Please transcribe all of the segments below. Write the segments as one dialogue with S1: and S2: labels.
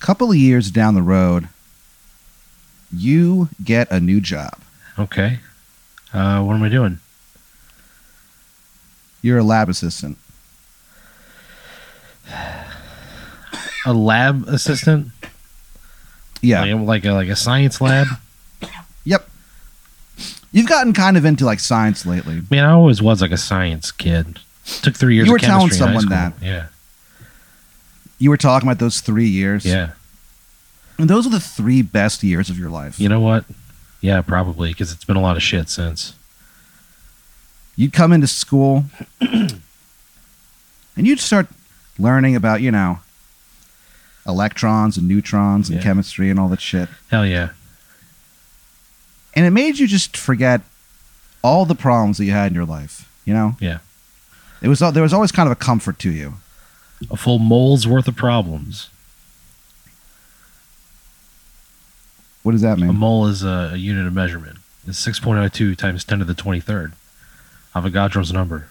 S1: couple of years down the road, you get a new job.
S2: Okay. Uh, what am I doing?
S1: You're a lab assistant.
S2: A lab assistant?
S1: Yeah.
S2: Like, like a like a science lab?
S1: Yep. You've gotten kind of into like science lately.
S2: Man, I always was like a science kid. Took three years.
S1: You
S2: of
S1: were telling
S2: chemistry in high
S1: someone
S2: school. Yeah,
S1: You were talking about those three years.
S2: yeah.
S1: And those were the three best years of your life.
S2: You know what? Yeah, probably because it's been a lot of shit since.
S1: you'd come into school and you'd start learning about, you know, electrons and neutrons and
S2: Yeah.
S1: chemistry and all that shit.
S2: Hell yeah.
S1: And it made you just forget all the problems that you had in your life, you know?
S2: Yeah.
S1: It was al- there was always kind of a comfort to you.
S2: A full mole's worth of problems.
S1: What does that
S2: A
S1: mean?
S2: mole is a, a unit of measurement. It's 6.02 times 10 to the 23rd. Avogadro's number.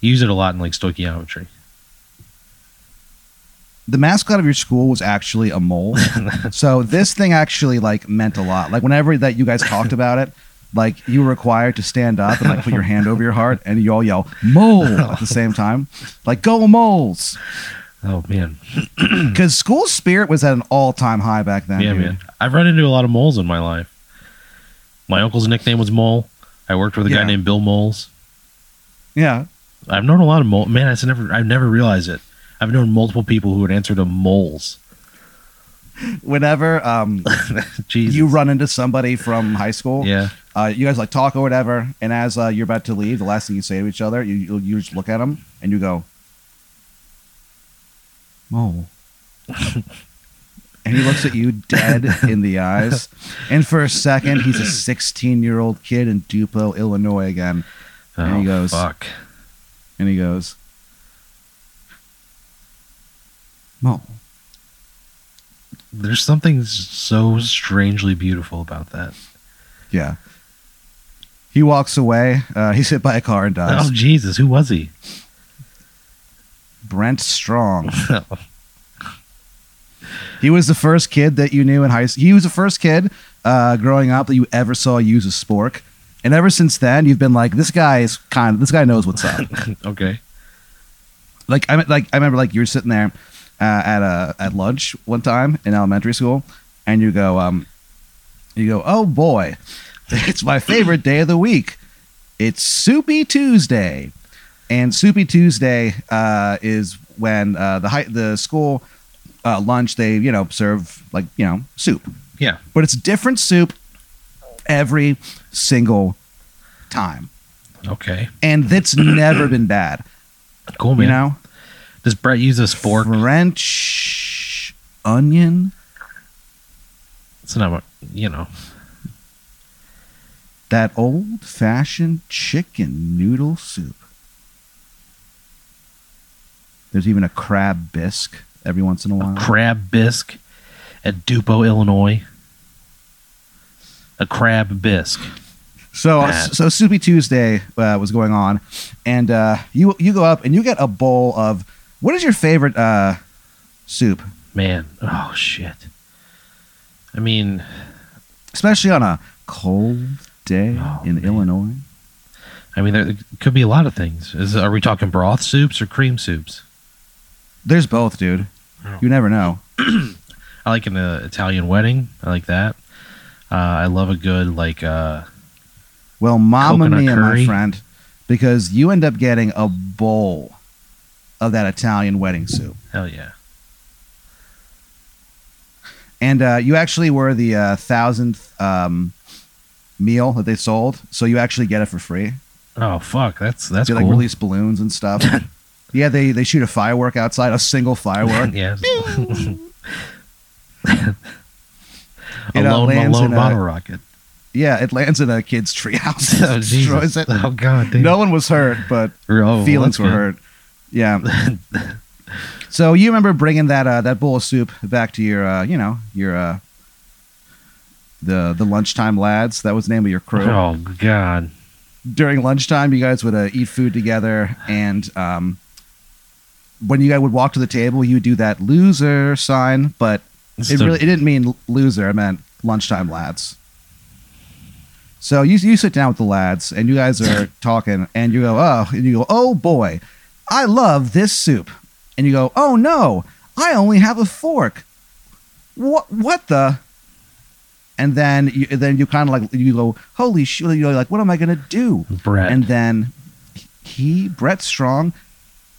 S2: You use it a lot in like stoichiometry.
S1: The mascot of your school was actually a mole. so this thing actually like meant a lot. Like whenever that you guys talked about it, like you were required to stand up and like put your hand over your heart and you all yell mole at the same time. Like go moles.
S2: Oh man,
S1: Because school spirit was at an all time high back then.
S2: Hmm. yeah,
S1: dude.
S2: man. I've run into a lot of moles in my life. My uncle's nickname was Mole. I worked with a
S1: Yeah.
S2: guy named Bill Moles.
S1: Yeah.
S2: I've known a lot of mole. Man, I never, I've never realized it. I've known multiple people who would answer to moles.
S1: Whenever um,
S2: Jesus.
S1: you run into somebody from high school,
S2: Yeah.
S1: uh, you guys like talk or whatever, and as uh, you're about to leave, the last thing you say to each other, you, you, you just look at them and you go, Mole. and he looks at you dead in the eyes. And for a second, he's a 16 year old kid in Duplo, Illinois again. There
S2: oh,
S1: he goes.
S2: Fuck.
S1: And he goes, Mole.
S2: There's something so strangely beautiful about that.
S1: Yeah. He walks away. Uh, he's hit by a car and dies.
S2: Oh Jesus, who was he?
S1: Brent Strong. He was the first kid that you knew in high school. He was the first kid uh, growing up that you ever saw use a spork. And ever since then, you've been like, this guy is kind of, this guy knows what's up.
S2: okay.
S1: like, I, like, I remember like you were sitting there uh, at, a, at lunch one time in elementary school and you go, um, you go, oh boy, it's my favorite day of the week. It's Soupy Tuesday, and Soupy Tuesday uh, is when uh, the high, the school uh, lunch they you know serve like you know soup.
S2: Yeah.
S1: but it's different soup every single time,
S2: Okay.
S1: and that's never been bad.
S2: Cool
S1: You
S2: man.
S1: know,
S2: Does Brett use a spork?
S1: French onion.
S2: It's not what you know.
S1: That old fashioned chicken noodle soup. There's even a crab bisque every once in a while.
S2: Crab bisque at Dupo, Illinois. A crab bisque.
S1: so, uh,
S2: Bad.
S1: so Soupy Tuesday uh, was going on, and uh, you you go up and you get a bowl of what is your favorite uh, soup,
S2: Man. Oh shit. I mean,
S1: especially on a cold day
S2: Oh,
S1: in
S2: man.
S1: Illinois?
S2: I mean, there could be a lot of things. Is are we talking broth soups or cream soups?
S1: There's both, dude.
S2: Oh.
S1: You never know.
S2: I like an uh, Italian wedding. I like that. Uh, I love a good like. Uh,
S1: Well, mama
S2: Coconut
S1: mia, my
S2: curry.
S1: friend, because you end up getting a bowl of that Italian wedding soup,
S2: hell yeah.
S1: and uh, you actually were the uh, thousandth um, meal that they sold, so you actually get it for free.
S2: Oh fuck. That's that's
S1: they
S2: cool.
S1: like release balloons and stuff. yeah, they they shoot a firework outside, a single firework.
S2: yeah.
S1: It, uh,
S2: alone,
S1: lands in
S2: alone
S1: a-
S2: bottle rocket.
S1: yeah, it lands in a kid's treehouse,
S2: Oh,
S1: and destroys it.
S2: Jesus. oh god, damn.
S1: No one was hurt, but
S2: oh,
S1: feelings
S2: that's
S1: were hurt.
S2: good.
S1: Yeah. so you remember bringing that uh, that bowl of soup back to your uh, you know your uh, the the lunchtime lads. That was the name of your crew.
S2: Oh god.
S1: During lunchtime, you guys would uh, eat food together and um, when you guys would walk to the table, you would do that loser sign, but
S2: It's
S1: it
S2: the-
S1: really it didn't mean loser. It meant lunchtime lads. So you you sit down with the lads and you guys are talking and you go oh and you go oh boy, I love this soup and you go oh no I only have a fork. What what the? And then you then you kind of like you go holy shit you're like what am I gonna do?
S2: Brett.
S1: And then he, Brett Strong,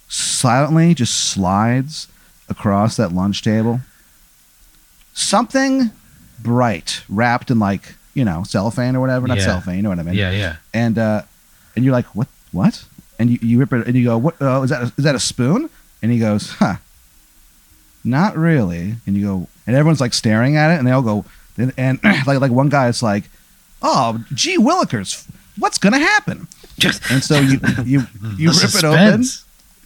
S1: silently just slides across that lunch table. Something bright wrapped in like, you know, cellophane or whatever. Not
S2: Yeah.
S1: cellophane, you know what I mean?
S2: yeah, yeah.
S1: And uh and you're like, What what? And you, you rip it and you go, What uh, is that a, is that a spoon? And he goes, Huh. Not really. And you go and everyone's like staring at it and they all go and, and like like one guy is like, Oh, gee willikers, what's gonna happen? And so you you you
S2: The
S1: rip it open
S2: suspense.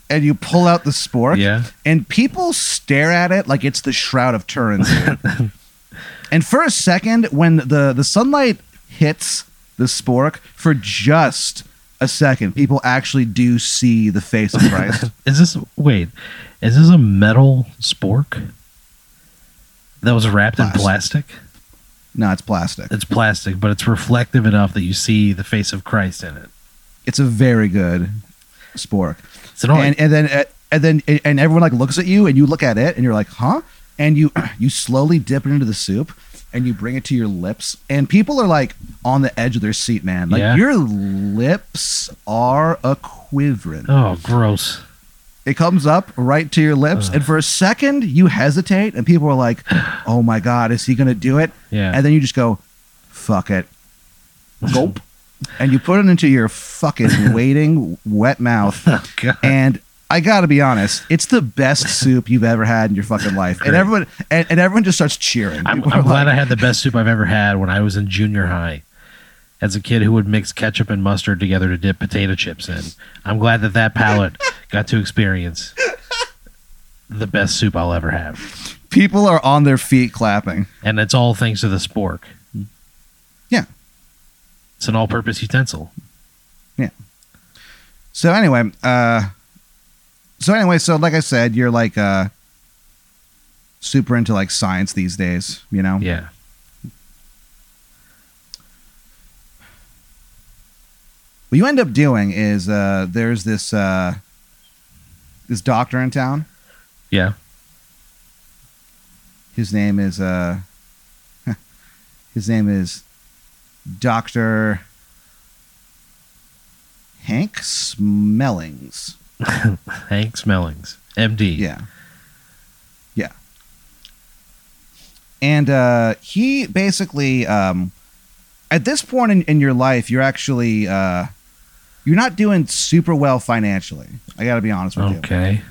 S1: and you pull out the spork,
S2: Yeah.
S1: and people stare at it like it's the shroud of Turin. dude. and for a second, when the the sunlight hits the spork for just a second, people actually do see the face of Christ.
S2: Is this wait? Is this a metal spork that was wrapped in
S1: Plastic.
S2: plastic?
S1: no, it's plastic.
S2: It's plastic, but it's reflective enough that you see the face of Christ in it.
S1: It's a very good spork.
S2: So don't
S1: and, and then uh, and then and everyone like looks at you and you look at it and you're like huh and you you slowly dip it into the soup and you bring it to your lips and people are like on the edge of their seat man like
S2: Yeah.
S1: your lips are a quivering
S2: oh, gross.
S1: it comes up right to your lips
S2: Ugh.
S1: and for a second you hesitate and people are like oh my god is he gonna do it
S2: Yeah.
S1: and then you just go fuck it gulp and you put it into your fucking waiting wet mouth
S2: oh god.
S1: and I gotta be honest, it's the best soup you've ever had in your fucking life. And
S2: Great.
S1: everyone and, and everyone just starts cheering.
S2: I'm,
S1: People
S2: I'm
S1: are
S2: glad
S1: like,
S2: I had the best soup I've ever had when I was in junior high. As a kid who would mix ketchup and mustard together to dip potato chips in, I'm glad that that palate got to experience the best soup I'll ever have,
S1: people are on their feet clapping.
S2: and it's all thanks to the spork.
S1: Yeah.
S2: it's an all-purpose utensil.
S1: So anyway, uh so anyway, so like I said, you're like uh super into like science these days, you know?
S2: Yeah,
S1: What you end up doing is uh there's this uh this doctor in town.
S2: yeah.
S1: His name is uh his name is Dr. Hank Smellings.
S2: Hank Smellings, MD.
S1: Yeah. Yeah. And uh he basically um at this point in, in your life you're actually uh you're not doing super well financially. I got to be honest with you.
S2: Okay.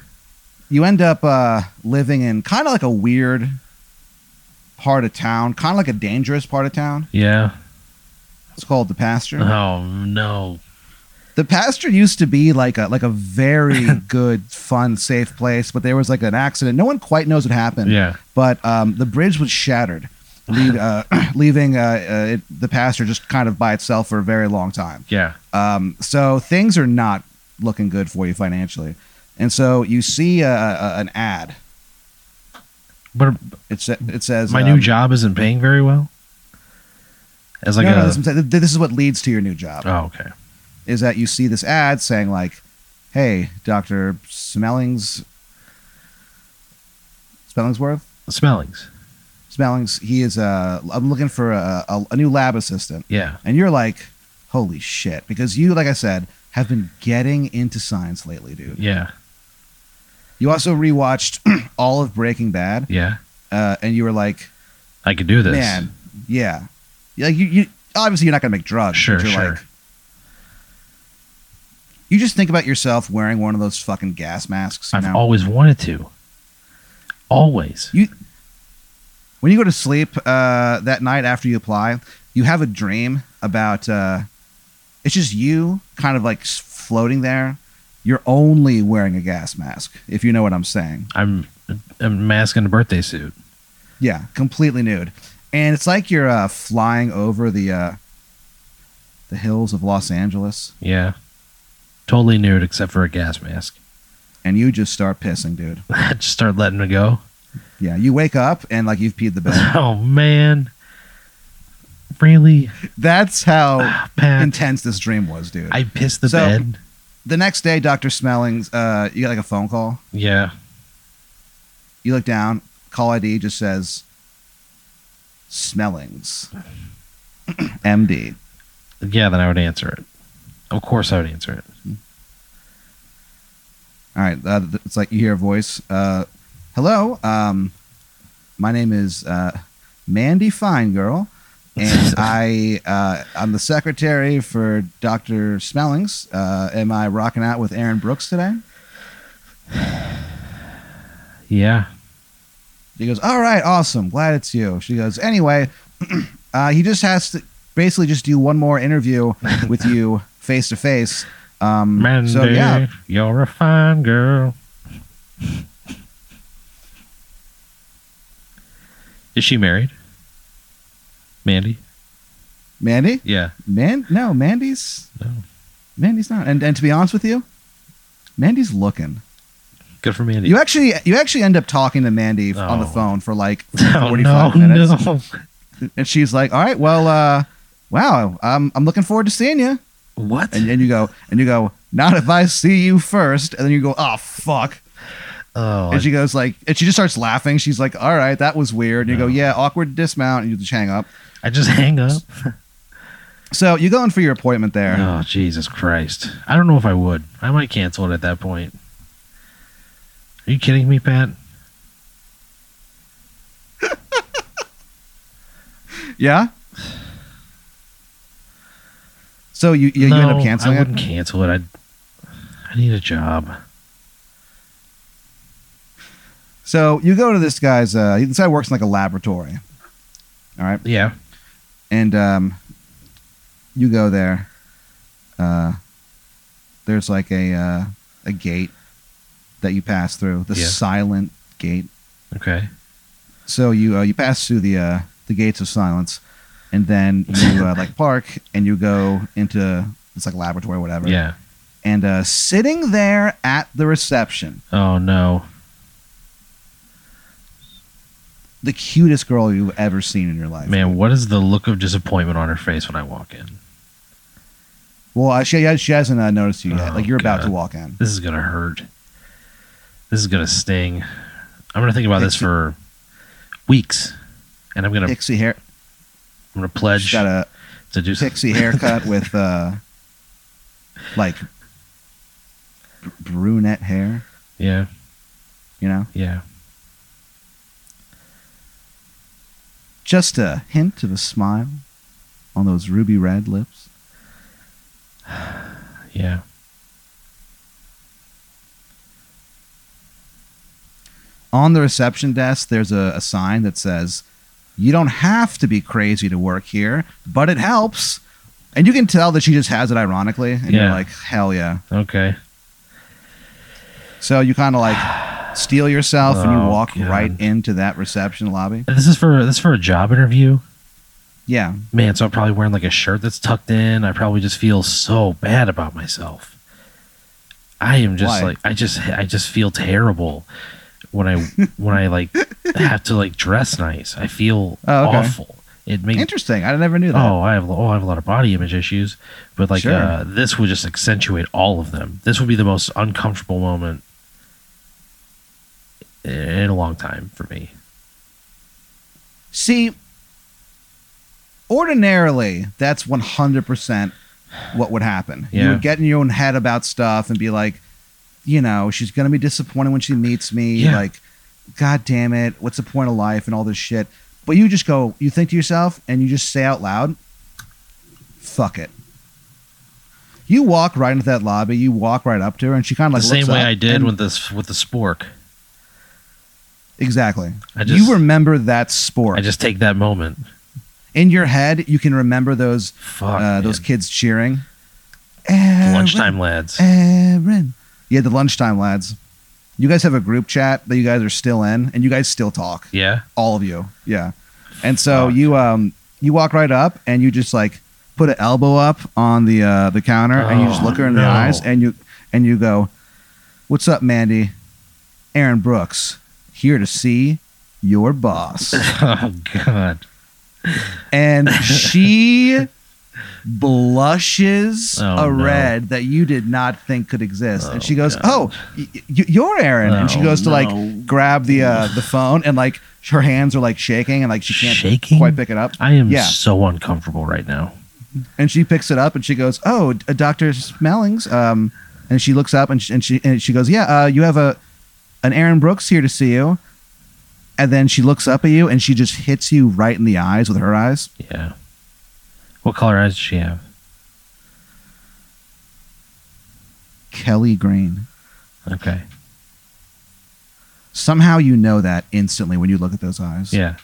S1: you end up uh, living in kind of like a weird part of town, kind of like a dangerous part of town.
S2: Yeah.
S1: It's called the pasture.
S2: Oh no.
S1: The pasture used to be like a like a very good, fun, safe place, but there was like an accident. No one quite knows what happened.
S2: Yeah.
S1: But um, the bridge was shattered, leave, uh, leaving uh, uh, it, the pasture just kind of by itself for a very long time.
S2: Yeah.
S1: Um, so things are not looking good for you financially, and so you see a, a, an ad.
S2: But-
S1: it, sa- it says
S2: My
S1: um,
S2: new job isn't paying very well. As like
S1: no,
S2: a.
S1: no, this, is- this is what leads to your new job
S2: oh, okay.
S1: is that you see this ad saying like, "Hey, Doctor Smellings, Smellingsworth,
S2: Smellings.
S1: Smellings. He is. Uh, I'm looking for a, a, a new lab assistant."
S2: Yeah.
S1: And you're like, "Holy shit!" Because you, like I said, have been getting into science lately, dude.
S2: Yeah.
S1: You also rewatched all of Breaking Bad,
S2: Yeah.
S1: uh, and you were like,
S2: I could do this.
S1: "Man, yeah, Yeah, like you, you obviously you're not gonna make drugs,
S2: Sure,
S1: but you're
S2: sure.
S1: like, you just think about yourself wearing one of those fucking gas masks. You
S2: I've
S1: know,
S2: always wanted to. Always.
S1: when you go to sleep uh, that night after you apply, you have a dream about uh, it's just you, kind of like s- floating there. You're only wearing a gas mask, if you know what I'm saying.
S2: I'm a mask and a birthday suit.
S1: Yeah, completely nude. And it's like you're uh, flying over the uh, the hills of Los Angeles.
S2: Yeah. Totally nude except for a gas mask.
S1: and you just start pissing, dude.
S2: I just start letting it go.
S1: Yeah, you wake up and like you've peed the bed.
S2: Oh man, really,
S1: That's how
S2: Ah, Pat?
S1: intense this dream was, dude.
S2: I pissed the
S1: Oh, So-
S2: bed.
S1: the next day, Doctor Smellings, uh, you get like a phone call.
S2: Yeah,
S1: You look down, call ID just says Smellings, MD.
S2: yeah. Then I would answer it. Of course, I would answer it.
S1: All right, uh, th- it's like you hear a voice. Uh, Hello, um, my name is uh, Mandy Finegirl, and I uh, I'm the secretary for Doctor Smellings. Uh, am I rocking out with Aaron Brooks today?
S2: Yeah,
S1: He goes, "All right, awesome. Glad it's you." She goes, "Anyway, uh, he just has to basically just do one more interview with you face to face." Um,
S2: Mandy,
S1: So yeah,
S2: you're a fine girl. Is she married? Mandy?
S1: Mandy,
S2: Yeah.
S1: man, no, Mandy's,
S2: No.
S1: Mandy's not. And and to be honest with you, Mandy's looking.
S2: Good for Mandy.
S1: You actually you actually end up talking to Mandy f- on the
S2: Oh.
S1: phone for like
S2: oh,
S1: forty
S2: no,
S1: five minutes,
S2: no.
S1: and she's like, "All right, well, uh, wow, I'm I'm looking forward to seeing you."
S2: What?
S1: And then you go and you go, "Not if I see you first. And then you go, "Oh fuck."
S2: oh,
S1: And she goes like, and she just starts laughing. She's like, "All right, that was weird." And you go,
S2: No.
S1: "Yeah, awkward dismount." And you just hang up.
S2: I just hang up.
S1: So you go in for your appointment there.
S2: Oh, Jesus Christ. I don't know if I would. I might cancel it at that point. Are you kidding me, Pat?
S1: Yeah. So you you, you end
S2: No,
S1: up canceling
S2: I wouldn't
S1: it.
S2: cancel it. I'd, I need a job.
S1: So you go to this guy's. Uh, this guy works in like a laboratory. All right,
S2: Yeah.
S1: and um, you go there. Uh, there's like a uh, a gate that you pass through. The
S2: Yeah.
S1: silent gate.
S2: Okay.
S1: So you uh, you pass through the uh, the gates of silence, and then you uh, like park and you go into it's like laboratory whatever.
S2: Yeah.
S1: And uh, sitting there at the reception,
S2: Oh, no.
S1: the cutest girl you've ever seen in your life.
S2: Man, what is the look of disappointment on her face when I walk in?
S1: Well, uh, she she hasn't uh, noticed you yet.
S2: Oh,
S1: like you're about
S2: God.
S1: to walk in.
S2: This is going to hurt. This is going to sting. I'm going to think about this
S1: It's-
S2: for weeks. And I'm going to
S1: Pixie hair.
S2: I'm going to
S1: She's
S2: pledge
S1: got a
S2: to do something.
S1: pixie haircut with uh, like br- brunette hair.
S2: Yeah.
S1: You know,
S2: Yeah.
S1: just a hint of a smile on those ruby red lips.
S2: Yeah.
S1: on the reception desk there's a, a sign that says you don't have to be crazy to work here but it helps and you can tell that she just has it ironically and you're
S2: Yeah.
S1: like hell yeah
S2: Okay.
S1: so you kind of like steal yourself and you
S2: Oh,
S1: walk
S2: God.
S1: right into that reception lobby
S2: This is for this is for a job interview.
S1: yeah
S2: Man, so I'm probably wearing like a shirt that's tucked in. I probably just feel so bad about myself. I am just
S1: Why?
S2: like I just I just feel terrible when I when I like have to like dress nice. I feel
S1: Oh, okay.
S2: awful. It makes
S1: interesting i never knew that
S2: oh I have oh I have a lot of body image issues, but like
S1: Sure.
S2: uh, this would just accentuate all of them. This would be the most uncomfortable moment in a long time for me.
S1: see ordinarily that's 100% what would happen you
S2: Yeah.
S1: would get in your own head about stuff and be like you know she's gonna be disappointed when she meets me
S2: Yeah.
S1: like god damn it what's the point of life and all this shit but you just go you think to yourself and you just say out loud fuck it you walk right into that lobby you walk right up to her and she kind of like
S2: the same
S1: looks
S2: way
S1: up
S2: I did
S1: and-
S2: with this with the spork.
S1: exactly
S2: I just
S1: you remember that sport
S2: I just take that moment.
S1: in your head you can remember those
S2: Fuck
S1: uh, those
S2: man.
S1: kids cheering. Aaron,
S2: lunchtime lads.
S1: Eh. Aaron. Yeah, the lunchtime lads. You guys have a group chat that you guys are still in, and you guys still talk,
S2: Yeah.
S1: all of you. Yeah, and so
S2: Fuck.
S1: you um you walk right up and you just like put an elbow up on the uh, the counter, and you just
S2: Oh,
S1: look her in the
S2: no.
S1: eyes, and you and you go, What's up, Mandy? Aaron Brooks, here to see your boss.
S2: Oh God.
S1: And she blushes
S2: Oh,
S1: a
S2: no.
S1: red that you did not think could exist. and she
S2: Oh,
S1: goes,
S2: God.
S1: Oh, y- y- you're Aaron. and she
S2: Oh,
S1: goes to
S2: no.
S1: like grab the uh, the phone and like her hands are like shaking and like she can't
S2: Shaking?
S1: quite pick it up.
S2: I am
S1: Yeah.
S2: so uncomfortable right now.
S1: and she picks it up and she goes, "Oh, D- uh, Doctor Smellings." Um, and she looks up and she, and she and she goes, "Yeah, uh, you have a an Aaron Brooks here to see you." And then she looks up at you and she just hits you right in the eyes with her eyes.
S2: Yeah. What color eyes does she have?
S1: Kelly Green.
S2: Okay.
S1: Somehow you know that instantly when you look at those eyes.
S2: Yeah.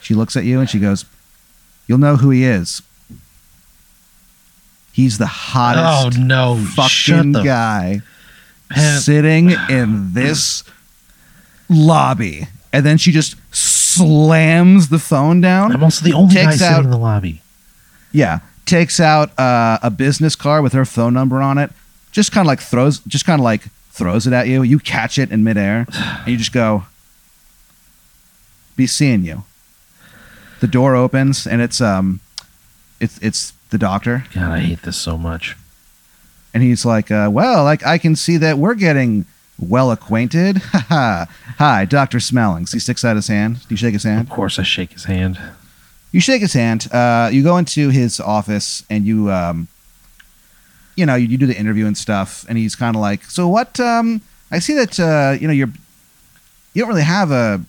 S1: She looks at you and she goes, "You'll know who he is. He's the
S2: Oh
S1: hottest
S2: no! Shut
S1: fucking
S2: the
S1: guy."
S2: pan-
S1: sitting in this lobby. And then she just slams the phone down.
S2: I'm also the only guy
S1: Takes
S2: sitting
S1: out-
S2: in the lobby.
S1: Yeah. Takes out uh, a business card with her phone number on it. Just kind of like throws, just kind of like throws it at you. You catch it in midair and you just go, be seeing you. The door opens and it's, um, it's, it's the doctor.
S2: God, I hate this so much.
S1: And he's like, uh, "Well, like I can see that we're getting well acquainted." Ha, ha. Hi, Doctor Smellings. He sticks out his hand. Do you shake his hand?
S2: Of course, I shake his hand.
S1: You shake his hand. Uh, you go into his office and you, um, you know, you, you do the interview and stuff. And he's kind of like, "So what? Um, I see that uh, you know you're you don't really have a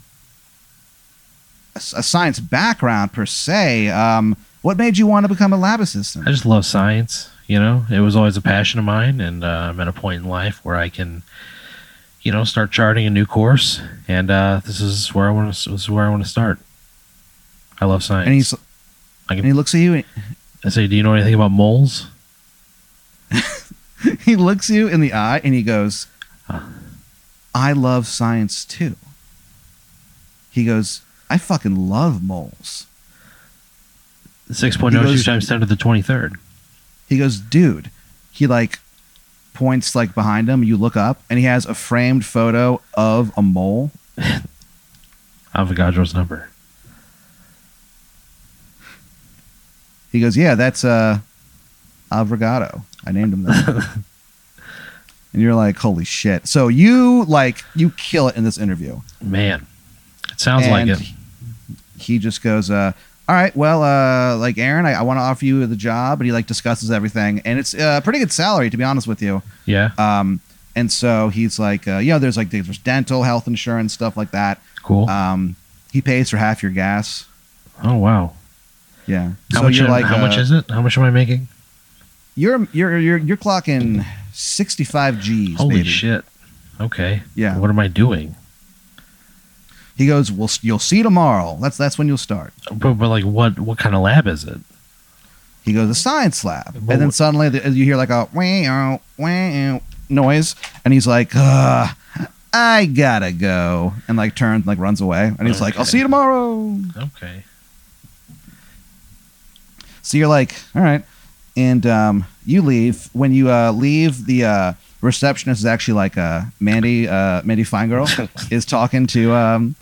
S1: a, s- a science background per se. Um, what made you want to become a lab assistant?"
S2: I just love science. You know, it was always a passion of mine, and uh, I'm at a point in life where I can, you know, start charting a new course, and uh, this is where I want to. This is where I want to start. I love science.
S1: and he's
S2: I,
S1: and
S2: can,
S1: he looks at you and
S2: I say, do you know anything about moles?
S1: he looks you in the eye and he goes, I love science too. He goes, I fucking love moles.
S2: Six point oh
S1: He
S2: two
S1: goes-
S2: times ten to the twenty third.
S1: He goes, dude. He like points like behind him. You look up and he has a framed photo of a mole.
S2: Avogadro's number.
S1: He goes, yeah, that's uh, Avrigado. I named him that. and you're like, holy shit. So you like, you kill it in this interview.
S2: Man, it sounds like
S1: And
S2: it.
S1: he just goes, uh, "All right, well, uh, like Aaron, I, I want to offer you the job," and he like discusses everything, and it's uh, pretty good salary to be honest with you.
S2: Yeah,
S1: Um, and so he's like, uh, you know, there's like there's dental health insurance stuff like that.
S2: cool.
S1: Um, he pays for half your gas.
S2: oh wow.
S1: Yeah.
S2: How much?
S1: You're
S2: how much
S1: uh,
S2: is it? How much am I making?
S1: you're you're you're you're clocking sixty five G's.
S2: Holy
S1: baby.
S2: shit. Okay.
S1: Yeah.
S2: What am I doing?
S1: He goes, "Well, s- you'll see tomorrow. That's that's when you'll start."
S2: But, but like, what what kind of lab is it?
S1: He goes, a science lab.
S2: But
S1: and then
S2: what-
S1: suddenly the, you hear like a wow, wow noise. And he's like, Ugh, I gotta go. And like turns and like runs away. And he's like, I'll
S2: Okay.
S1: see you tomorrow.
S2: Okay.
S1: So you're like, all right. And um, you leave. When you uh, leave, the uh, receptionist is actually like uh, Mandy, uh, Mandy Feingirl is talking to. Um,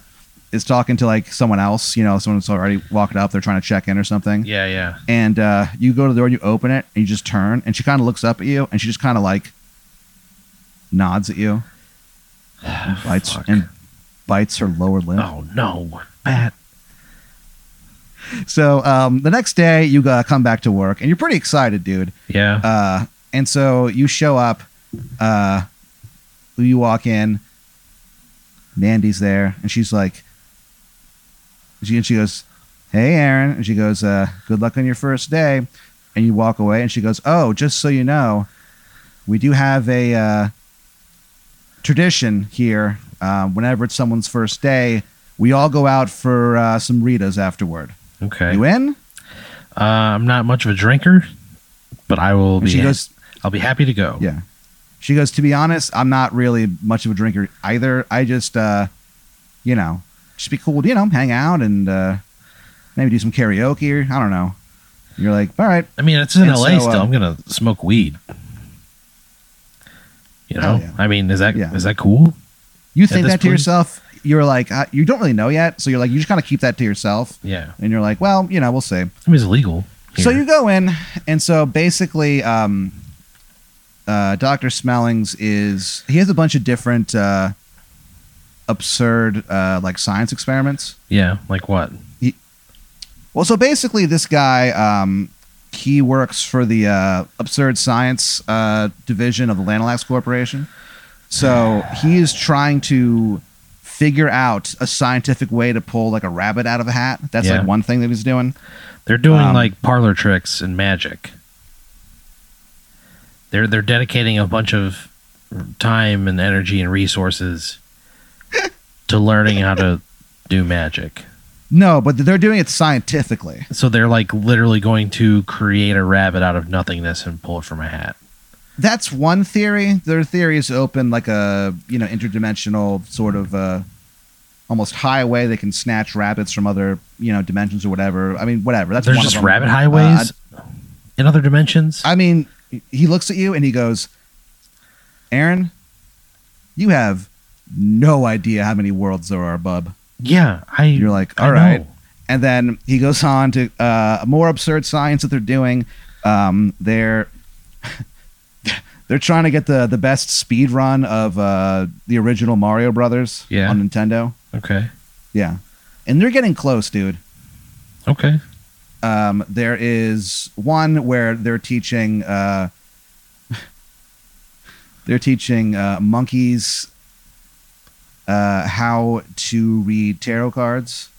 S1: is talking to like someone else, you know, someone's already walking up, they're trying to check in or something.
S2: Yeah, yeah.
S1: and uh, you go to the door, you open it, and you just turn, and she kind of looks up at you, and she just kind of like nods at you, bites
S2: Fuck.
S1: and bites her lower lip.
S2: oh no, bat.
S1: So um, the next day, you uh, come back to work, and you're pretty excited, dude.
S2: Yeah.
S1: Uh, and so you show up, uh, you walk in, Mandy's there, and she's like, she, and she goes, Hey, Aaron. And she goes, uh, Good luck on your first day. And you walk away, and she goes, Oh, just so you know, we do have a uh, tradition here. Um, whenever it's someone's first day, we all go out for uh, some Ritas afterward.
S2: okay.
S1: You
S2: Uh,
S1: in?
S2: I'm not much of a drinker, but I will
S1: And
S2: be.
S1: she goes,
S2: I'll be happy to go.
S1: Yeah. She goes, to be honest, I'm not really much of a drinker either. I just, uh, you know, just be cool, to, you know, hang out and uh, maybe do some karaoke or I don't know. You're like, all right,
S2: I mean, it's in
S1: And so,
S2: LA still.
S1: uh,
S2: I'm gonna smoke weed. You know,
S1: Oh, yeah.
S2: I mean, is that is
S1: Yeah.
S2: that cool?
S1: You
S2: At
S1: think
S2: this
S1: that to
S2: point-
S1: yourself. You're like, uh, you don't really know yet. So you're like, you just kind of keep that to yourself.
S2: Yeah,
S1: And you're like, well, you know, we'll see.
S2: I mean, it's illegal.
S1: So
S2: here.
S1: you go in, and so basically, um, uh, Doctor Smellings is he has a bunch of different uh, absurd uh, like science experiments.
S2: yeah, like what?
S1: Well, so basically, this guy um, he works for the uh, absurd science uh, division of the Lanalax Corporation. So he is trying to figure out a scientific way to pull like a rabbit out of a hat. That's
S2: Yeah.
S1: like one thing that he's doing.
S2: They're doing
S1: Um,
S2: like parlor tricks and magic. They're they're dedicating a bunch of time and energy and resources to learning how to do magic.
S1: No, but they're doing it scientifically.
S2: So they're like literally going to create a rabbit out of nothingness and pull it from a hat.
S1: that's one theory. Their theory is to open like a you know interdimensional sort of uh, almost highway. They can snatch rabbits from other you know dimensions or whatever. I mean, whatever. That's
S2: There's
S1: one of
S2: just
S1: them. Uh,
S2: rabbit highways in other dimensions.
S1: I mean, he looks at you and he goes, "Aaron, you have no idea how many worlds there are, bub."
S2: yeah, I.
S1: You're like,
S2: I
S1: "All right."
S2: know.
S1: And then he goes on to uh, more absurd science that they're doing. Um, they're they're trying to get the the best speed run of uh, the original Mario Brothers
S2: Yeah.
S1: on Nintendo.
S2: Okay.
S1: Yeah, and they're getting close, dude.
S2: Okay.
S1: Um, there is one where they're teaching uh, they're teaching uh, monkeys uh, how to read tarot cards.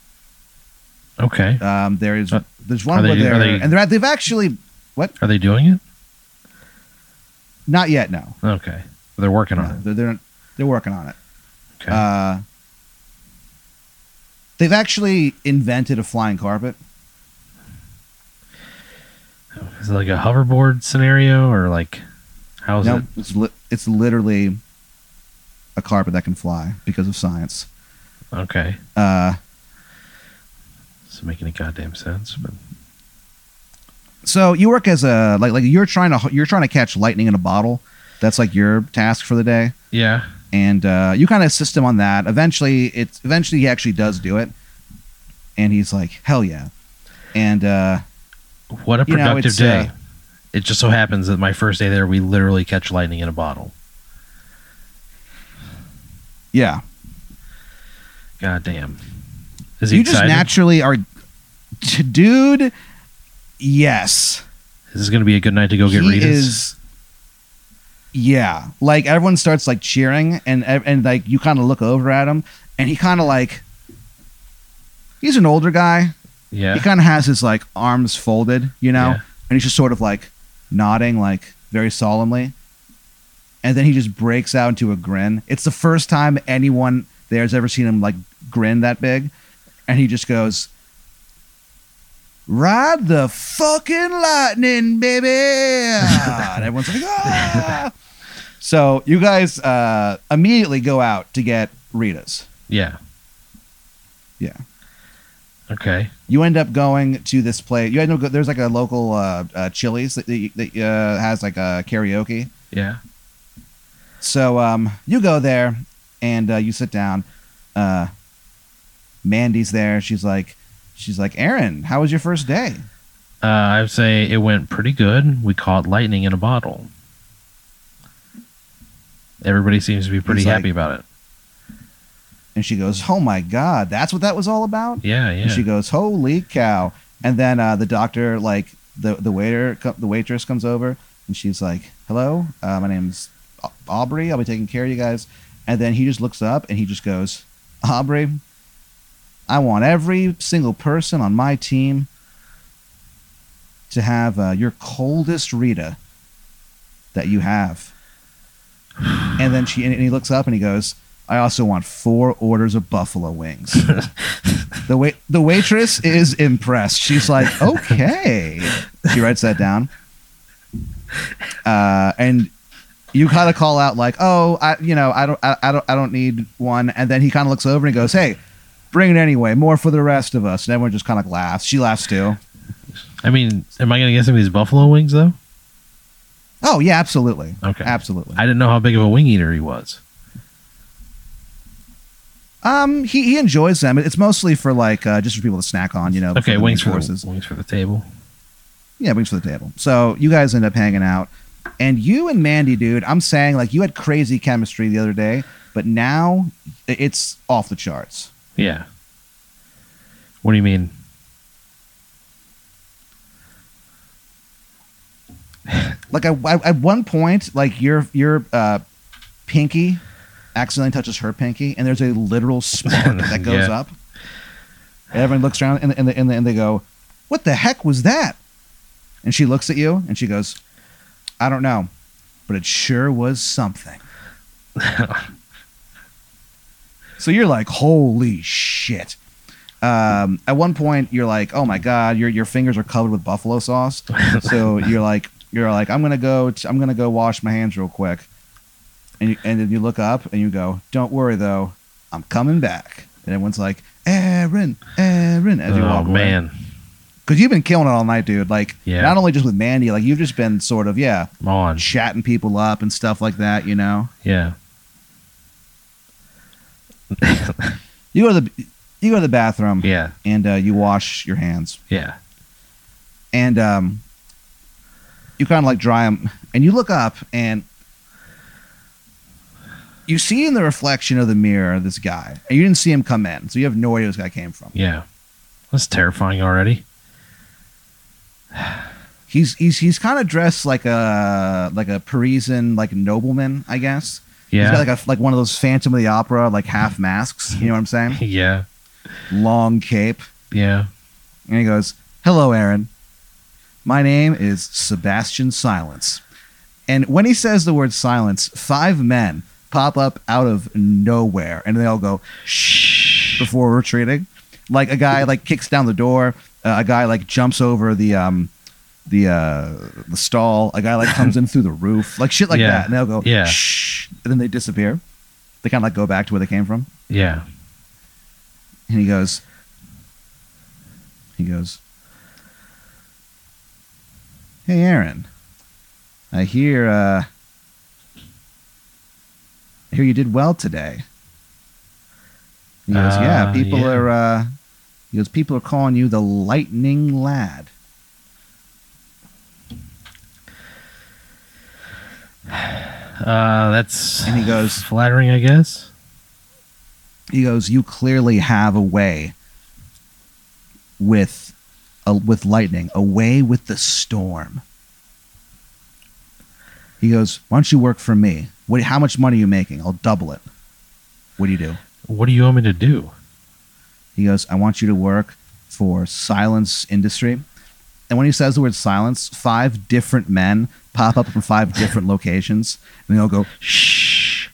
S2: Okay.
S1: Um, there is
S2: Uh,
S1: there's
S2: are
S1: one
S2: they-
S1: where they're
S2: are they-
S1: and they're at, they've actually
S2: Are they doing it?
S1: not yet. No,
S2: Okay. They're working
S1: No,
S2: on it.
S1: they're, they're they're working on it.
S2: Okay.
S1: Uh, they've actually invented a flying carpet.
S2: Is it like a hoverboard scenario or like how's
S1: no,
S2: Oh, it?
S1: it's li- it's literally a carpet that can fly because of science.
S2: Okay.
S1: Uh,
S2: Doesn't make any goddamn sense, but
S1: so you work as a like like you're trying to you're trying to catch lightning in a bottle. That's like your task for the day.
S2: yeah.
S1: and uh, you kind of assist him on that. Eventually, it's eventually he actually does do it, and he's like, "Hell yeah!" And uh,
S2: What a
S1: You know,
S2: productive
S1: it's,
S2: day.
S1: uh,
S2: it just so happens that my first day there we literally catch lightning in a bottle.
S1: yeah,
S2: God damn. Is he
S1: you just
S2: excited?
S1: naturally are, dude. Yes,
S2: is this gonna be a good night to go get
S1: he
S2: Ritas?
S1: is. Yeah, like everyone starts like cheering, and and like you kind of look over at him, and he kind of like. He's an older guy.
S2: yeah.
S1: He kind of has his like arms folded, you know.
S2: Yeah.
S1: and he's just sort of like nodding like very solemnly and then he just breaks out into a grin it's the first time anyone there's ever seen him like grin that big and he just goes ride the fucking lightning baby and everyone's like ah! so you guys uh, immediately go out to get rita's
S2: Yeah.
S1: Yeah.
S2: Okay.
S1: you end up going to this place you end up go- there's like a local uh, uh, chili's that, that, that uh, has like a karaoke
S2: Yeah.
S1: So um, you go there and uh, you sit down. Uh, Mandy's there. She's like, she's like, Aaron, how was your first day?
S2: Uh, I would say it went pretty good. We caught lightning in a bottle. Everybody seems to be pretty
S1: He's like-
S2: happy about it.
S1: And she goes, Oh my god, that's what that was all about.
S2: Yeah, yeah.
S1: And she goes, Holy cow! And then uh, the doctor, like the the waiter, co- the waitress comes over and she's like, Hello, uh, my name's Au- Aubrey. I'll be taking care of you guys. And then he just looks up and he just goes, Aubrey, I want every single person on my team to have uh, your coldest Rita that you have. And then she and he looks up and he goes, I also want four orders of buffalo wings. the wait the waitress is impressed. She's like, okay. She writes that down. Uh, and you kind of call out like, oh, I, you know, I don't, I, I don't, I don't need one. And then he kind of looks over and he goes, hey, bring it anyway. More for the rest of us. And everyone just kind of laughs. She laughs too.
S2: I mean, am I going to get some of these buffalo wings though?
S1: Oh yeah, absolutely,
S2: Okay.
S1: absolutely.
S2: I didn't know how big of a wing eater he was.
S1: Um, he, he enjoys them. It's mostly for like uh, just for people to snack on. You know.
S2: Okay,
S1: the
S2: wings
S1: main
S2: for
S1: courses.
S2: the, wings for the table.
S1: Yeah, wings for the table. So you guys end up hanging out, and you and Mandy, dude. I'm saying like you had crazy chemistry the other day, but now i- it's off the charts.
S2: Yeah. What do you mean?
S1: Like I, I, at one point, like your your uh, pinky accidentally touches her pinky, and there's a literal spark that goes
S2: Yeah.
S1: up. And everyone looks around, and and, and and they go, "What the heck was that?" And she looks at you, and she goes, "I don't know, but it sure was something." So you're like, holy shit. Um, at one point, you're like, oh my god, your your fingers are covered with buffalo sauce. So you're like, you're like, I'm gonna go, t- I'm gonna go wash my hands real quick. And you, and then you look up and you go, don't worry though, I'm coming back. And everyone's like, Aaron, Aaron, as you
S2: oh
S1: walk away.
S2: man,
S1: Because you've been killing it all night, dude. Like,
S2: Yeah.
S1: not only just with Mandy, like you've just been sort of, yeah,
S2: I'm on.
S1: chatting people up and stuff like that. You know,
S2: Yeah.
S1: you go to the, you go to the bathroom
S2: Yeah.
S1: and uh, you wash your hands.
S2: Yeah.
S1: and um, you kind of like dry them, and you look up and you see in the reflection of the mirror this guy, and you didn't see him come in, so you have no idea where this guy came from.
S2: Yeah. That's terrifying already.
S1: He's he's he's kind of dressed like a like a Parisian like nobleman, I guess. He's
S2: Yeah.
S1: got like a like one of those Phantom of the Opera like half masks. You know what I'm saying?
S2: yeah.
S1: Long cape,
S2: Yeah.
S1: and he goes, "Hello, Aaron. My name is Sebastian Silence." And when he says the word silence, five men pop up out of nowhere and they all go shh before retreating. Like a guy like kicks down the door, uh, a guy like jumps over the um the uh the stall, a guy like comes in through the roof, like shit like
S2: Yeah.
S1: that. And they'll go
S2: Yeah.
S1: shh and then they disappear. They kind of like go back to where they came from.
S2: Yeah.
S1: And he goes, he goes, Hey, Aaron, I hear, uh, I hear you did well today. He goes,
S2: Uh,
S1: Yeah, people
S2: yeah.
S1: are, uh, he goes, people are calling you the lightning lad.
S2: Uh, that's
S1: And he goes-
S2: flattering, I guess.
S1: He goes, You clearly have a way with, uh, with lightning, a way with the storm. He goes, Why don't you work for me? What, how much money are you making? I'll double it. What do you do?
S2: What do you want me to do?
S1: He goes, I want you to work for Silence Industry. And when he says the word silence, five different men pop up from five different locations and they'll go, shh.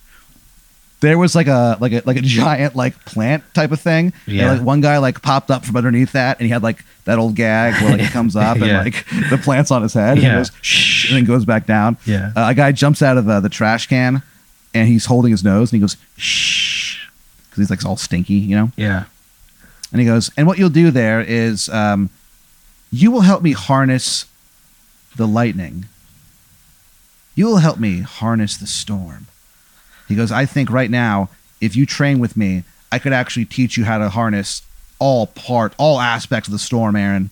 S1: There was like a like a like a giant like plant type of thing.
S2: Yeah.
S1: And like one guy like popped up from underneath that and he had like that old gag where like he comes up and
S2: Yeah.
S1: like the plant's on his head and
S2: Yeah.
S1: he goes shh and then goes back down.
S2: Yeah.
S1: Uh, a guy jumps out of uh, the trash can and he's holding his nose and he goes shh because he's like all stinky, you know.
S2: Yeah.
S1: And he goes, and what you'll do there is um, you will help me harness the lightning. You will help me harness the storm. He goes, I think right now, if you train with me, I could actually teach you how to harness all part, all aspects of the storm, Aaron.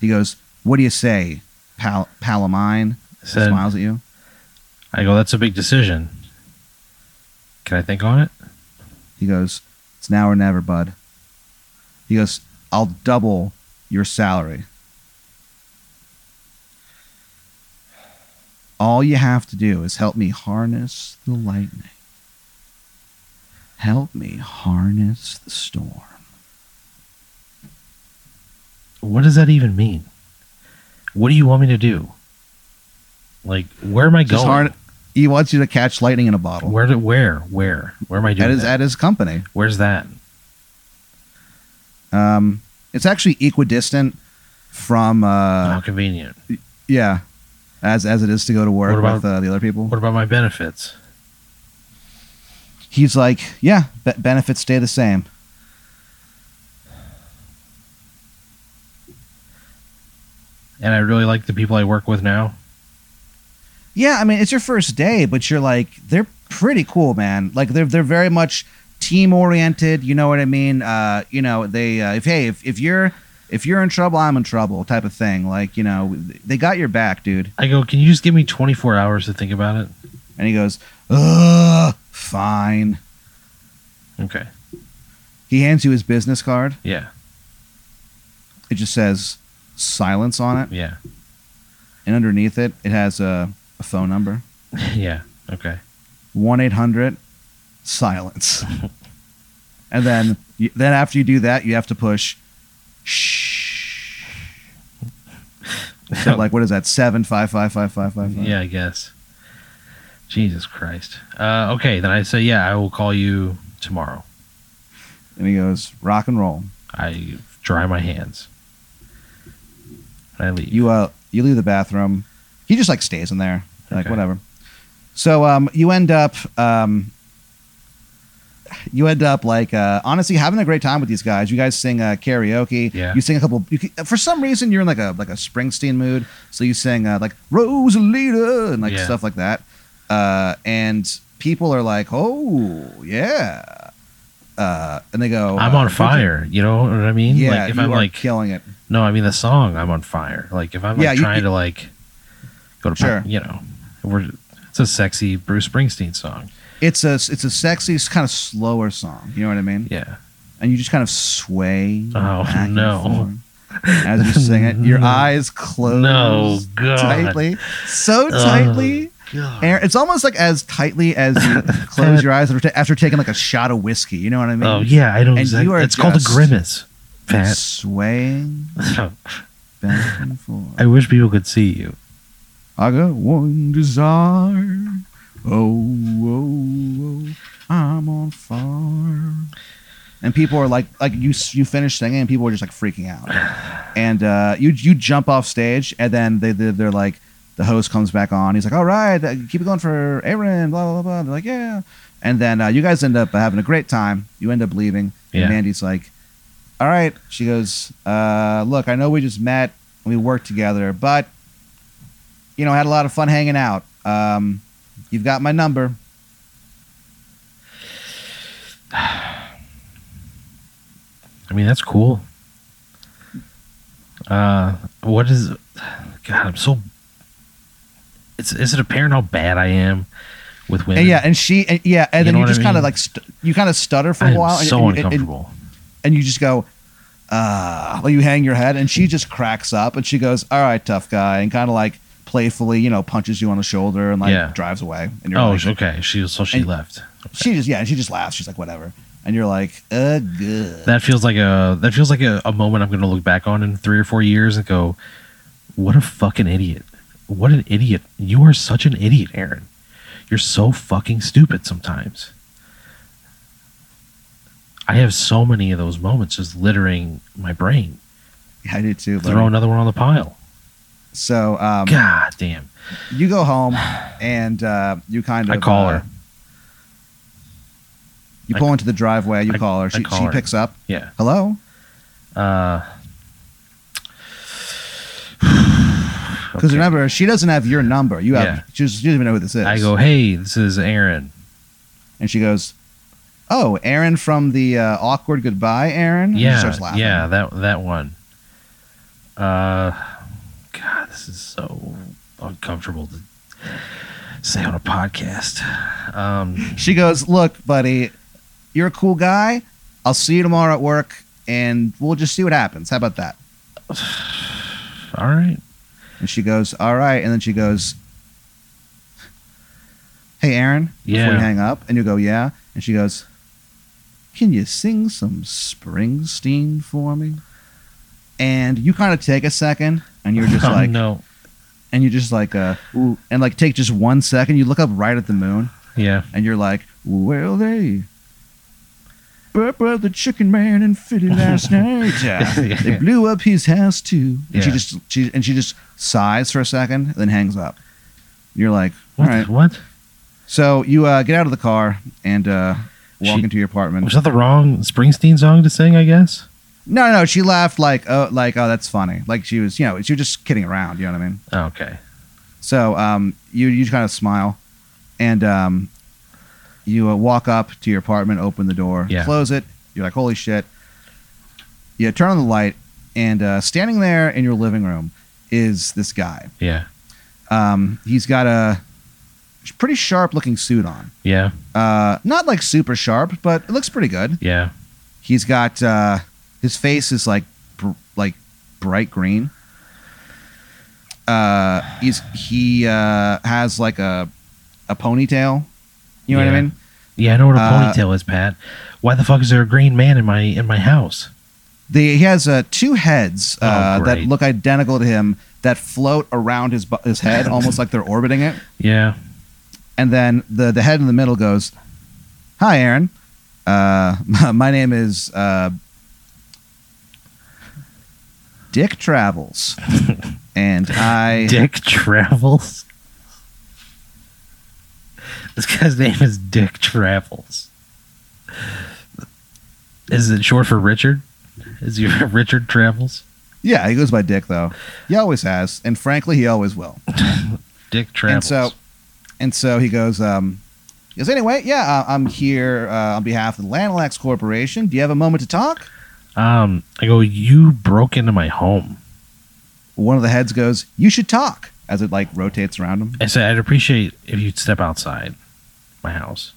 S1: He goes, what do you say, pal, pal of mine?
S2: I said,
S1: Smiles at you.
S2: I go, that's a big decision. Can I think on it?
S1: He goes, It's now or never, bud. He goes, I'll double your salary. All you have to do is help me harness the lightning. Help me harness the storm.
S2: What does that even mean? What do you want me to do? Like, where am I
S1: Just
S2: going?
S1: harn- he wants you to catch lightning in a bottle
S2: Where? To, where? Where? Where am I doing
S1: at his,
S2: that?
S1: at his company.
S2: Where's that?
S1: Um, it's actually equidistant from, uh,
S2: How convenient.
S1: yeah, as, as it is to go to work
S2: What about-
S1: with uh, the other people.
S2: What about my benefits?
S1: he's like, yeah, be- benefits stay the same.
S2: And I really like the people I work with now.
S1: Yeah, I mean, it's your first day, but you're like they're pretty cool, man. Like they're they're very much team oriented. You know what I mean? Uh, you know, they uh, if hey if, if you're if you're in trouble, I'm in trouble type of thing. Like you know, they got your back, dude.
S2: I go, can you just give me 24 hours to think about it?
S1: And he goes, ugh, fine.
S2: Okay.
S1: He hands you his business card.
S2: Yeah.
S1: It just says silence on it,
S2: Yeah.
S1: and underneath it, it has a, a phone number.
S2: yeah. Okay.
S1: one eight hundred silence, and then you- then after you do that, you have to push shh. So like what is that seven five five five five five? five?
S2: Yeah, I guess. Jesus Christ. Uh, okay, then I say, yeah, I will call you tomorrow.
S1: And he goes rock and roll.
S2: I dry my hands. I leave.
S1: You uh you leave the bathroom. He just like stays in there like
S2: Okay.
S1: whatever. So um you end up um. You end up like uh, honestly having a great time with these guys. You guys sing uh, karaoke.
S2: Yeah.
S1: You sing a couple. You, can- for some reason, you're in like a like a Springsteen mood, so you sing uh, like Rosalita and like
S2: Yeah.
S1: stuff like that. Uh, and people are like, "Oh yeah," uh, and they go,
S2: I'm
S1: uh,
S2: on
S1: "Would you-"
S2: fire. You know what I mean?
S1: Yeah,
S2: like if
S1: you
S2: I'm
S1: are
S2: like
S1: killing it.
S2: no, I mean the song. I'm on fire. Like if I'm like
S1: Yeah, you-
S2: trying
S1: you-
S2: to like go to
S1: Sure.
S2: you know, we're it's a sexy Bruce Springsteen song.
S1: It's a it's a sexy, it's kind of slower song. You know what I mean?
S2: Yeah,
S1: and you just kind of sway.
S2: Oh,
S1: back and
S2: no.
S1: forth As you sing it, your
S2: No.
S1: eyes close
S2: No, God.
S1: tightly, so
S2: Oh,
S1: tightly.
S2: God.
S1: Aaron, it's almost like as tightly as you close your eyes after, after taking like a shot of whiskey. You know what I mean?
S2: oh yeah, I don't.
S1: And
S2: Exactly,
S1: you are
S2: it's called a
S1: just-
S2: grimace, Pat.
S1: Swaying back and forth.
S2: I wish people could see you.
S1: I got one desire. Oh, oh, oh, I'm on fire. And people are like, like you, you finish singing, and people are just like freaking out. And uh, you, you jump off stage, and then they, they, they're like, the host comes back on. He's like, all right, uh, keep it going for Aaron, blah, blah, blah. They're like, yeah. And then uh, you guys end up having a great time. You end up leaving.
S2: Yeah.
S1: And Mandy's like, all right. She goes, uh, look, I know we just met and we worked together, but, you know, I had a lot of fun hanging out. Um, you've got my number.
S2: I mean, that's cool. Uh, what is? God, I'm so. It's is it apparent how bad I am with women?
S1: And yeah, and she, and, yeah, and
S2: You
S1: then
S2: know
S1: you
S2: what I
S1: just kind
S2: mean?
S1: of like, st- you kind of stutter for a
S2: I'm
S1: while. and-
S2: so
S1: and, and-
S2: uncomfortable.
S1: and you just go, uh, like you hang your head, and she just cracks up and she goes, all right, tough guy, and kind of like playfully, you know, punches you on the shoulder and like
S2: Yeah.
S1: drives away. And you're
S2: Oh,
S1: like,
S2: sh- okay. She was so she
S1: And-
S2: left.
S1: she just, yeah, and she just laughs. She's like, whatever. And you're like, uh, good.
S2: That feels like a that feels like a, a moment I'm going to look back on in three or four years and go, "What a fucking idiot! What an idiot! You are such an idiot, Aaron. You're so fucking stupid sometimes." I have so many of those moments just littering my brain.
S1: I do too. buddy.
S2: Throw another one on the pile.
S1: So um,
S2: God damn!
S1: you go home and uh, you kind of
S2: I call
S1: uh,
S2: her.
S1: You
S2: I-
S1: pull into the driveway. You
S2: I-
S1: call her. She,
S2: call
S1: she
S2: her.
S1: picks up.
S2: Yeah.
S1: Hello.
S2: Uh,
S1: Because
S2: okay.
S1: remember, she doesn't have your number. You have.
S2: Yeah.
S1: She, just, she doesn't even know who this is.
S2: I go, "Hey, this is Aaron."
S1: and she goes, "Oh, Aaron from the uh, awkward goodbye, Aaron." And she
S2: yeah,
S1: starts laughing.
S2: yeah, that that one. Uh, God, this is so uncomfortable to say on a podcast. Um,
S1: She goes, "Look, buddy, you're a cool guy. I'll see you tomorrow at work, and we'll just see what happens. How about that?"
S2: all right,
S1: And she goes, "All right." And then she goes, "Hey, Aaron."
S2: yeah,
S1: Before you hang up, and you go, "Yeah." And she goes, "Can you sing some Springsteen for me?" And you kind of take a second, and you're just
S2: Oh,
S1: like,
S2: no,
S1: and you're just like, uh, ooh, and like take just one second. You look up right at the moon,
S2: yeah,
S1: and you're like, "Well, they." Barbara the chicken man in Philly last night. Yeah. They blew up his house too. And she
S2: Yeah.
S1: just she and she just sighs for a second, then hangs up. You're like, all
S2: what?
S1: right.
S2: What
S1: So you uh, get out of the car and uh, walk
S2: She-
S1: into your apartment.
S2: was that? The wrong Springsteen song to sing, I guess.
S1: No, no, she uh, laughed like, oh, like, oh, that's funny. Like she was, you know, she was just kidding around. You know what I mean?
S2: Okay,
S1: So um, you you kind of smile, and um, you uh, walk up to your apartment, open the door,
S2: Yeah.
S1: close it. You're like, holy shit. You turn on the light, and uh, standing there in your living room is this guy.
S2: Yeah.
S1: Um, he's got a pretty sharp looking suit on.
S2: Yeah.
S1: Uh, not like super sharp, but it looks pretty good.
S2: Yeah.
S1: He's got uh, his face is like br- like bright green. Uh, he's he uh, has like a a ponytail. You know what I
S2: Yeah.
S1: mean?
S2: Yeah, I know what a
S1: Uh,
S2: ponytail is, Pat. Why the fuck is there a green man in my in my house?
S1: The, he has uh, two heads
S2: Oh,
S1: uh, that
S2: great.
S1: look identical to him that float around his bu- his head almost like they're orbiting it.
S2: Yeah.
S1: And then the the head in the middle goes, "Hi, Aaron. Uh, my name is uh, Dick Travels, and I
S2: Dick Travels. This guy's name is Dick Travels. Is it short for Richard? Is he Richard Travels?
S1: yeah, he goes by Dick though. He always has, and frankly, he always will.
S2: Dick Travels.
S1: And so, and so he goes. Um, he goes anyway. Yeah, uh, I'm here uh, on behalf of the Lanalax Corporation. Do you have a moment to talk?
S2: um, I go. You broke into my home.
S1: One of the heads goes, "You should talk." As it like rotates around him.
S2: I said I'd appreciate if you'd step outside my house.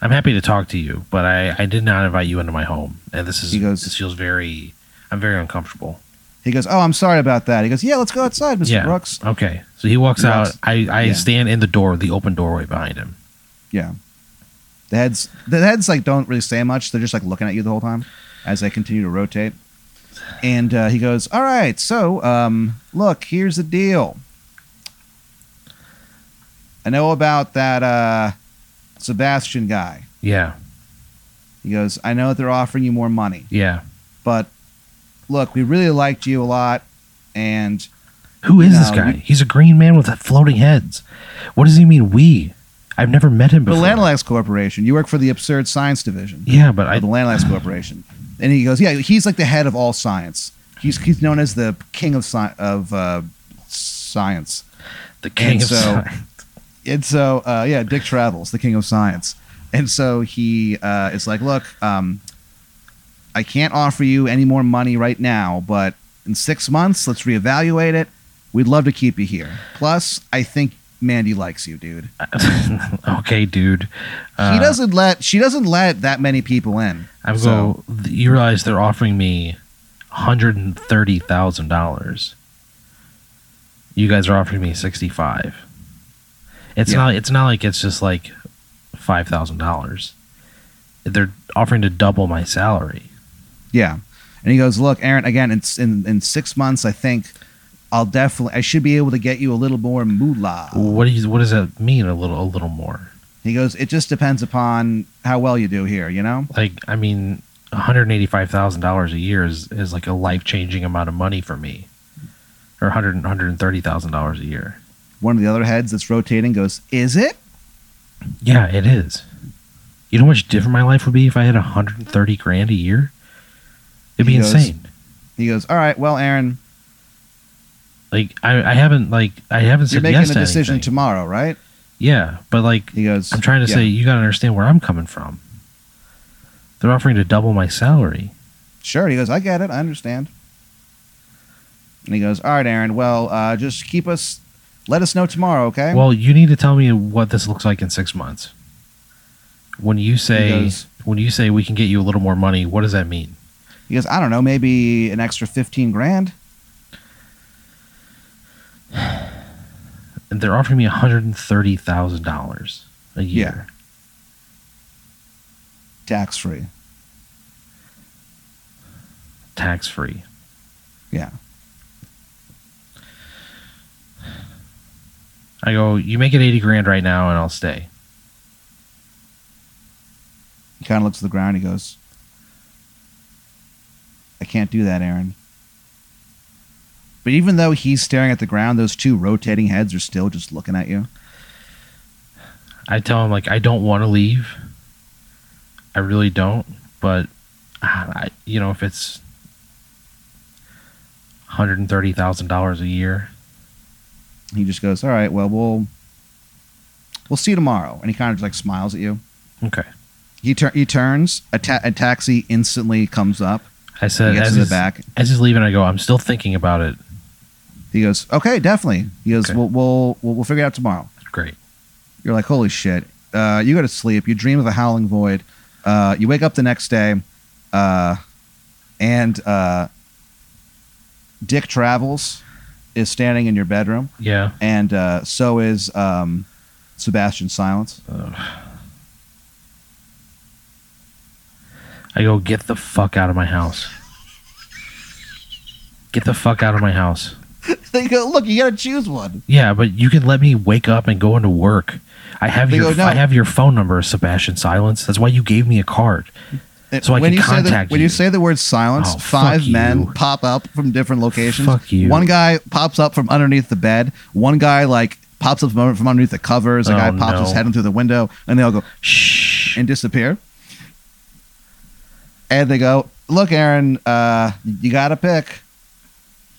S2: I'm happy to talk to you, but I, I did not invite you into my home, and this is
S1: He goes-
S2: this feels very. I'm very uncomfortable.
S1: He goes, "Oh, I'm sorry about that." He goes, "Yeah, let's go outside, Mr.
S2: Yeah.
S1: Brooks."
S2: Okay, so he walks
S1: He
S2: out.
S1: walks-
S2: I, I
S1: yeah.
S2: stand in the door, the open doorway behind him.
S1: The heads, the heads, like don't really say much. They're just like looking at you the whole time as they continue to rotate. And uh, he goes, "All right, so um, look, here's the deal. I know about that uh, Sebastian guy.
S2: Yeah,
S1: He goes, I know that they're offering you more money,
S2: yeah.
S1: but look, we really liked you a lot, and
S2: Who is this
S1: No,
S2: guy?
S1: you-
S2: He's a green man with floating heads. What does he mean? We? I've never met him
S1: the
S2: before.
S1: Landlax Corporation. You work for the Absurd Science Division."
S2: yeah, but I
S1: of the Land Labs Corporation. And he goes, yeah, he's like the head of all science. He's he's known as the king of sci- of uh, science.
S2: the king
S1: and
S2: of
S1: so-
S2: science.
S1: And so, uh, yeah, Dick Travels, the king of science. And so he uh, is like, look, um, I can't offer you any more money right now, but in six months, let's reevaluate it. We'd love to keep you here. Plus, I think Mandy likes you, dude.
S2: okay, dude. Uh,
S1: he doesn't let she doesn't let that many people in.
S2: I'm
S1: So-
S2: go. You realize they're offering me hundred and thirty thousand dollars. You guys are offering me sixty five. It's
S1: Yeah.
S2: not. It's not like it's just like five thousand dollars. They're offering to double my salary.
S1: Yeah. And he goes, look, Aaron, again, in, in, in six months, I think I'll definitely, I should be able to get you a little more moolah.
S2: What do you? What does that mean? A little. A little more.
S1: He goes, it just depends upon how well you do here, you know?
S2: Like I mean, one hundred eighty five thousand dollars a year is is like a life changing amount of money for me, or hundred hundred and thirty thousand dollars a year.
S1: One of the other heads that's rotating goes, is it?
S2: Yeah, it is. You know how much different my life would be if I had 130 grand a year? It'd be
S1: He goes-
S2: insane.
S1: He goes, all right, well, Aaron,
S2: Like I, I haven't like I haven't
S1: you're
S2: said
S1: making
S2: yes
S1: a
S2: to
S1: decision
S2: anything.
S1: tomorrow, right?
S2: Yeah, but like
S1: He goes,
S2: I'm trying to
S1: "Yeah,
S2: say you got to understand where I'm coming from. They're offering to double my salary.
S1: Sure. He goes, I get it. I understand. And he goes, all right, Aaron, well, uh, just keep us, let us know tomorrow, okay?
S2: Well, you need to tell me what this looks like in 6 months. When you say
S1: goes-
S2: when you say we can get you a little more money, what does that mean?
S1: he goes, I don't know, maybe an extra 15 grand.
S2: And they're offering me $130,000 a year.
S1: Tax free.
S2: tax free.
S1: Yeah.
S2: I go, you make it 80 grand right now and I'll stay.
S1: He kind of looks at the ground. He goes, I can't do that, Aaron. But even though he's staring at the ground, those two rotating heads are still just looking at you.
S2: I tell him, like, I don't want to leave. I really don't. But, ah, I, you know, if it's $130,000 a year,
S1: He just goes, "All right, well, we'll we'll see you tomorrow." And he kind of like smiles at you.
S2: Okay.
S1: He tur- he turns. A, ta- a taxi instantly comes up.
S2: I
S1: He
S2: said
S1: gets
S2: as
S1: in the
S2: he's,
S1: back.
S2: as he's leaving, I go, I'm still thinking about it.
S1: He goes, "Okay, definitely." He goes,
S2: Okay.
S1: "We'll we'll we'll, we'll figure it out tomorrow."
S2: Great.
S1: You're like, "Holy shit!" Uh, you go to sleep. You dream of a howling void. Uh, you wake up the next day, uh, and uh, Dick Travels is standing in your bedroom,
S2: Yeah.
S1: and uh, so is um, Sebastian Silence.
S2: I go, get the fuck out of my house. Get the fuck out of my house.
S1: They go, "Look, you got to choose one."
S2: Yeah, but you can let me wake up and go into work. I have
S1: They
S2: your
S1: go, no.
S2: I have your phone number, Sebastian Silence. That's why you gave me a card. So I
S1: when
S2: can
S1: you say the,
S2: contact
S1: when you
S2: you.
S1: say the word silence,
S2: Oh, fuck
S1: five men
S2: you.
S1: pop up from different locations.
S2: Fuck you.
S1: One guy pops up from underneath the bed. One guy like pops up from from underneath the covers. A
S2: Oh,
S1: guy pops
S2: no.
S1: his head in through the window, and they all go
S2: Shh.
S1: and disappear. And they go, "Look, Aaron, uh, you got to pick.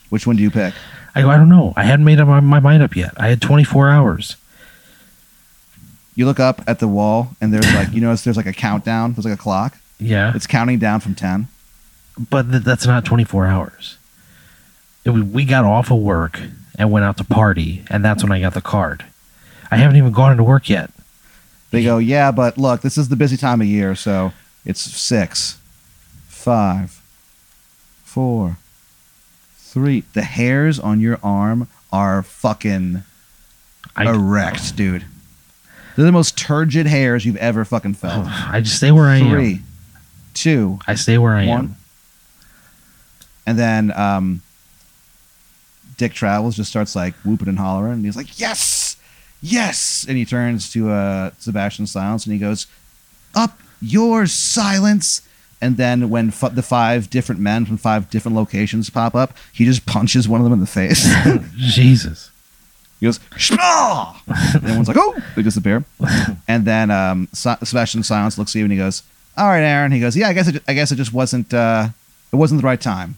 S1: Which one do you pick?"
S2: I go, I don't know. I hadn't made up my, my mind up yet. I had 24 hours.
S1: You look up at the wall, and there's like you notice there's like a countdown. There's like a clock.
S2: Yeah,
S1: It's counting down from ten.
S2: but th- that's not 24 hours. It, we, we got off of work and went out to party, and that's when I got the card. I haven't even gone into work yet.
S1: They go, yeah, but look, this is the busy time of year, so it's six, five, four, three. The hairs on your arm are fucking
S2: I,
S1: erect, dude. They're the most turgid hairs you've ever fucking felt.
S2: I just stay where I am.
S1: Three, two,
S2: I stay where I
S1: One.
S2: am.
S1: and then um, Dick Travels just starts like whooping and hollering, and he's like, "Yes, yes!" And he turns to uh, Sebastian Silence, and he goes, "Up your silence!" And then when f- the five different men from five different locations pop up, he just punches one of them in the face.
S2: Jesus.
S1: He goes, Shmah! And everyone's like, oh, they disappear. And then um, Sa- Sebastian Silence looks at you and he goes, all right, Aaron. He goes, yeah, I guess it, ju- I guess it just wasn't, uh, it wasn't the right time.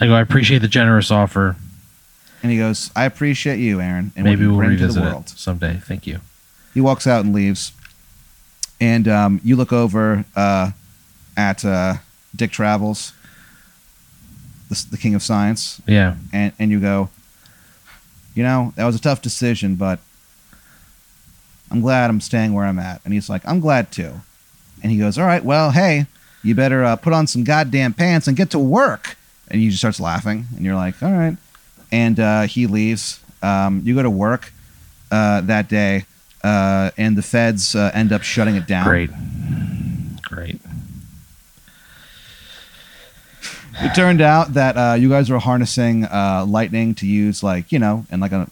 S2: I go, I appreciate the generous offer.
S1: And he goes, I appreciate you, Aaron. And what
S2: Maybe
S1: you
S2: we'll
S1: bring to the
S2: revisit it
S1: world."
S2: someday. Thank you.
S1: He walks out and leaves. And um, you look over uh, at uh, Dick Travels, the, s- the king of science,
S2: Yeah.
S1: and, and you go, you know, that was a tough decision, but I'm glad I'm staying where I'm at. And he's like, I'm glad too. And he goes, all right, well, hey, you better uh, put on some goddamn pants and get to work. And he just starts laughing, and you're like, all right. And uh, he leaves. Um, you go to work uh, that day, uh, and the feds uh, end up shutting it down.
S2: Great. Great.
S1: It turned out that uh, you guys were harnessing uh, lightning to use, like you know, and like a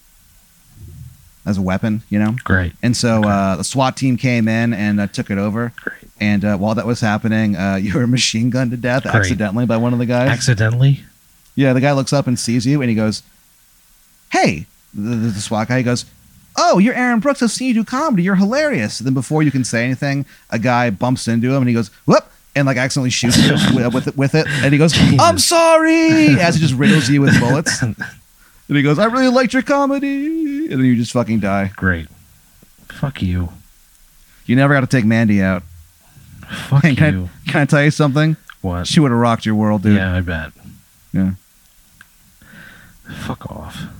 S1: as a weapon, you know.
S2: Great.
S1: And so uh, the SWAT team came in and uh, took it over.
S2: Great.
S1: And uh, while that was happening, uh, you were machine gunned to death
S2: Great.
S1: accidentally by one of the guys.
S2: Accidentally?
S1: yeah, the guy looks up and sees you, and he goes, "Hey!" The, the, the SWAT guy he goes, "Oh, you're Aaron Brooks. I've seen you do comedy. You're hilarious." Then before you can say anything, a guy bumps into him, and he goes, "Whoop!" and like accidentally shoots you with, with it, with it, and he goes, "I'm sorry," as he just riddles you with bullets. And he goes, "I really liked your comedy," and then you just fucking die.
S2: Great. Fuck you.
S1: You never got to take Mandy out.
S2: Fuck
S1: Hey, can,
S2: you.
S1: I, can I tell you something?
S2: What?
S1: She would have rocked your world, dude.
S2: Yeah, I bet.
S1: Yeah.
S2: Fuck off.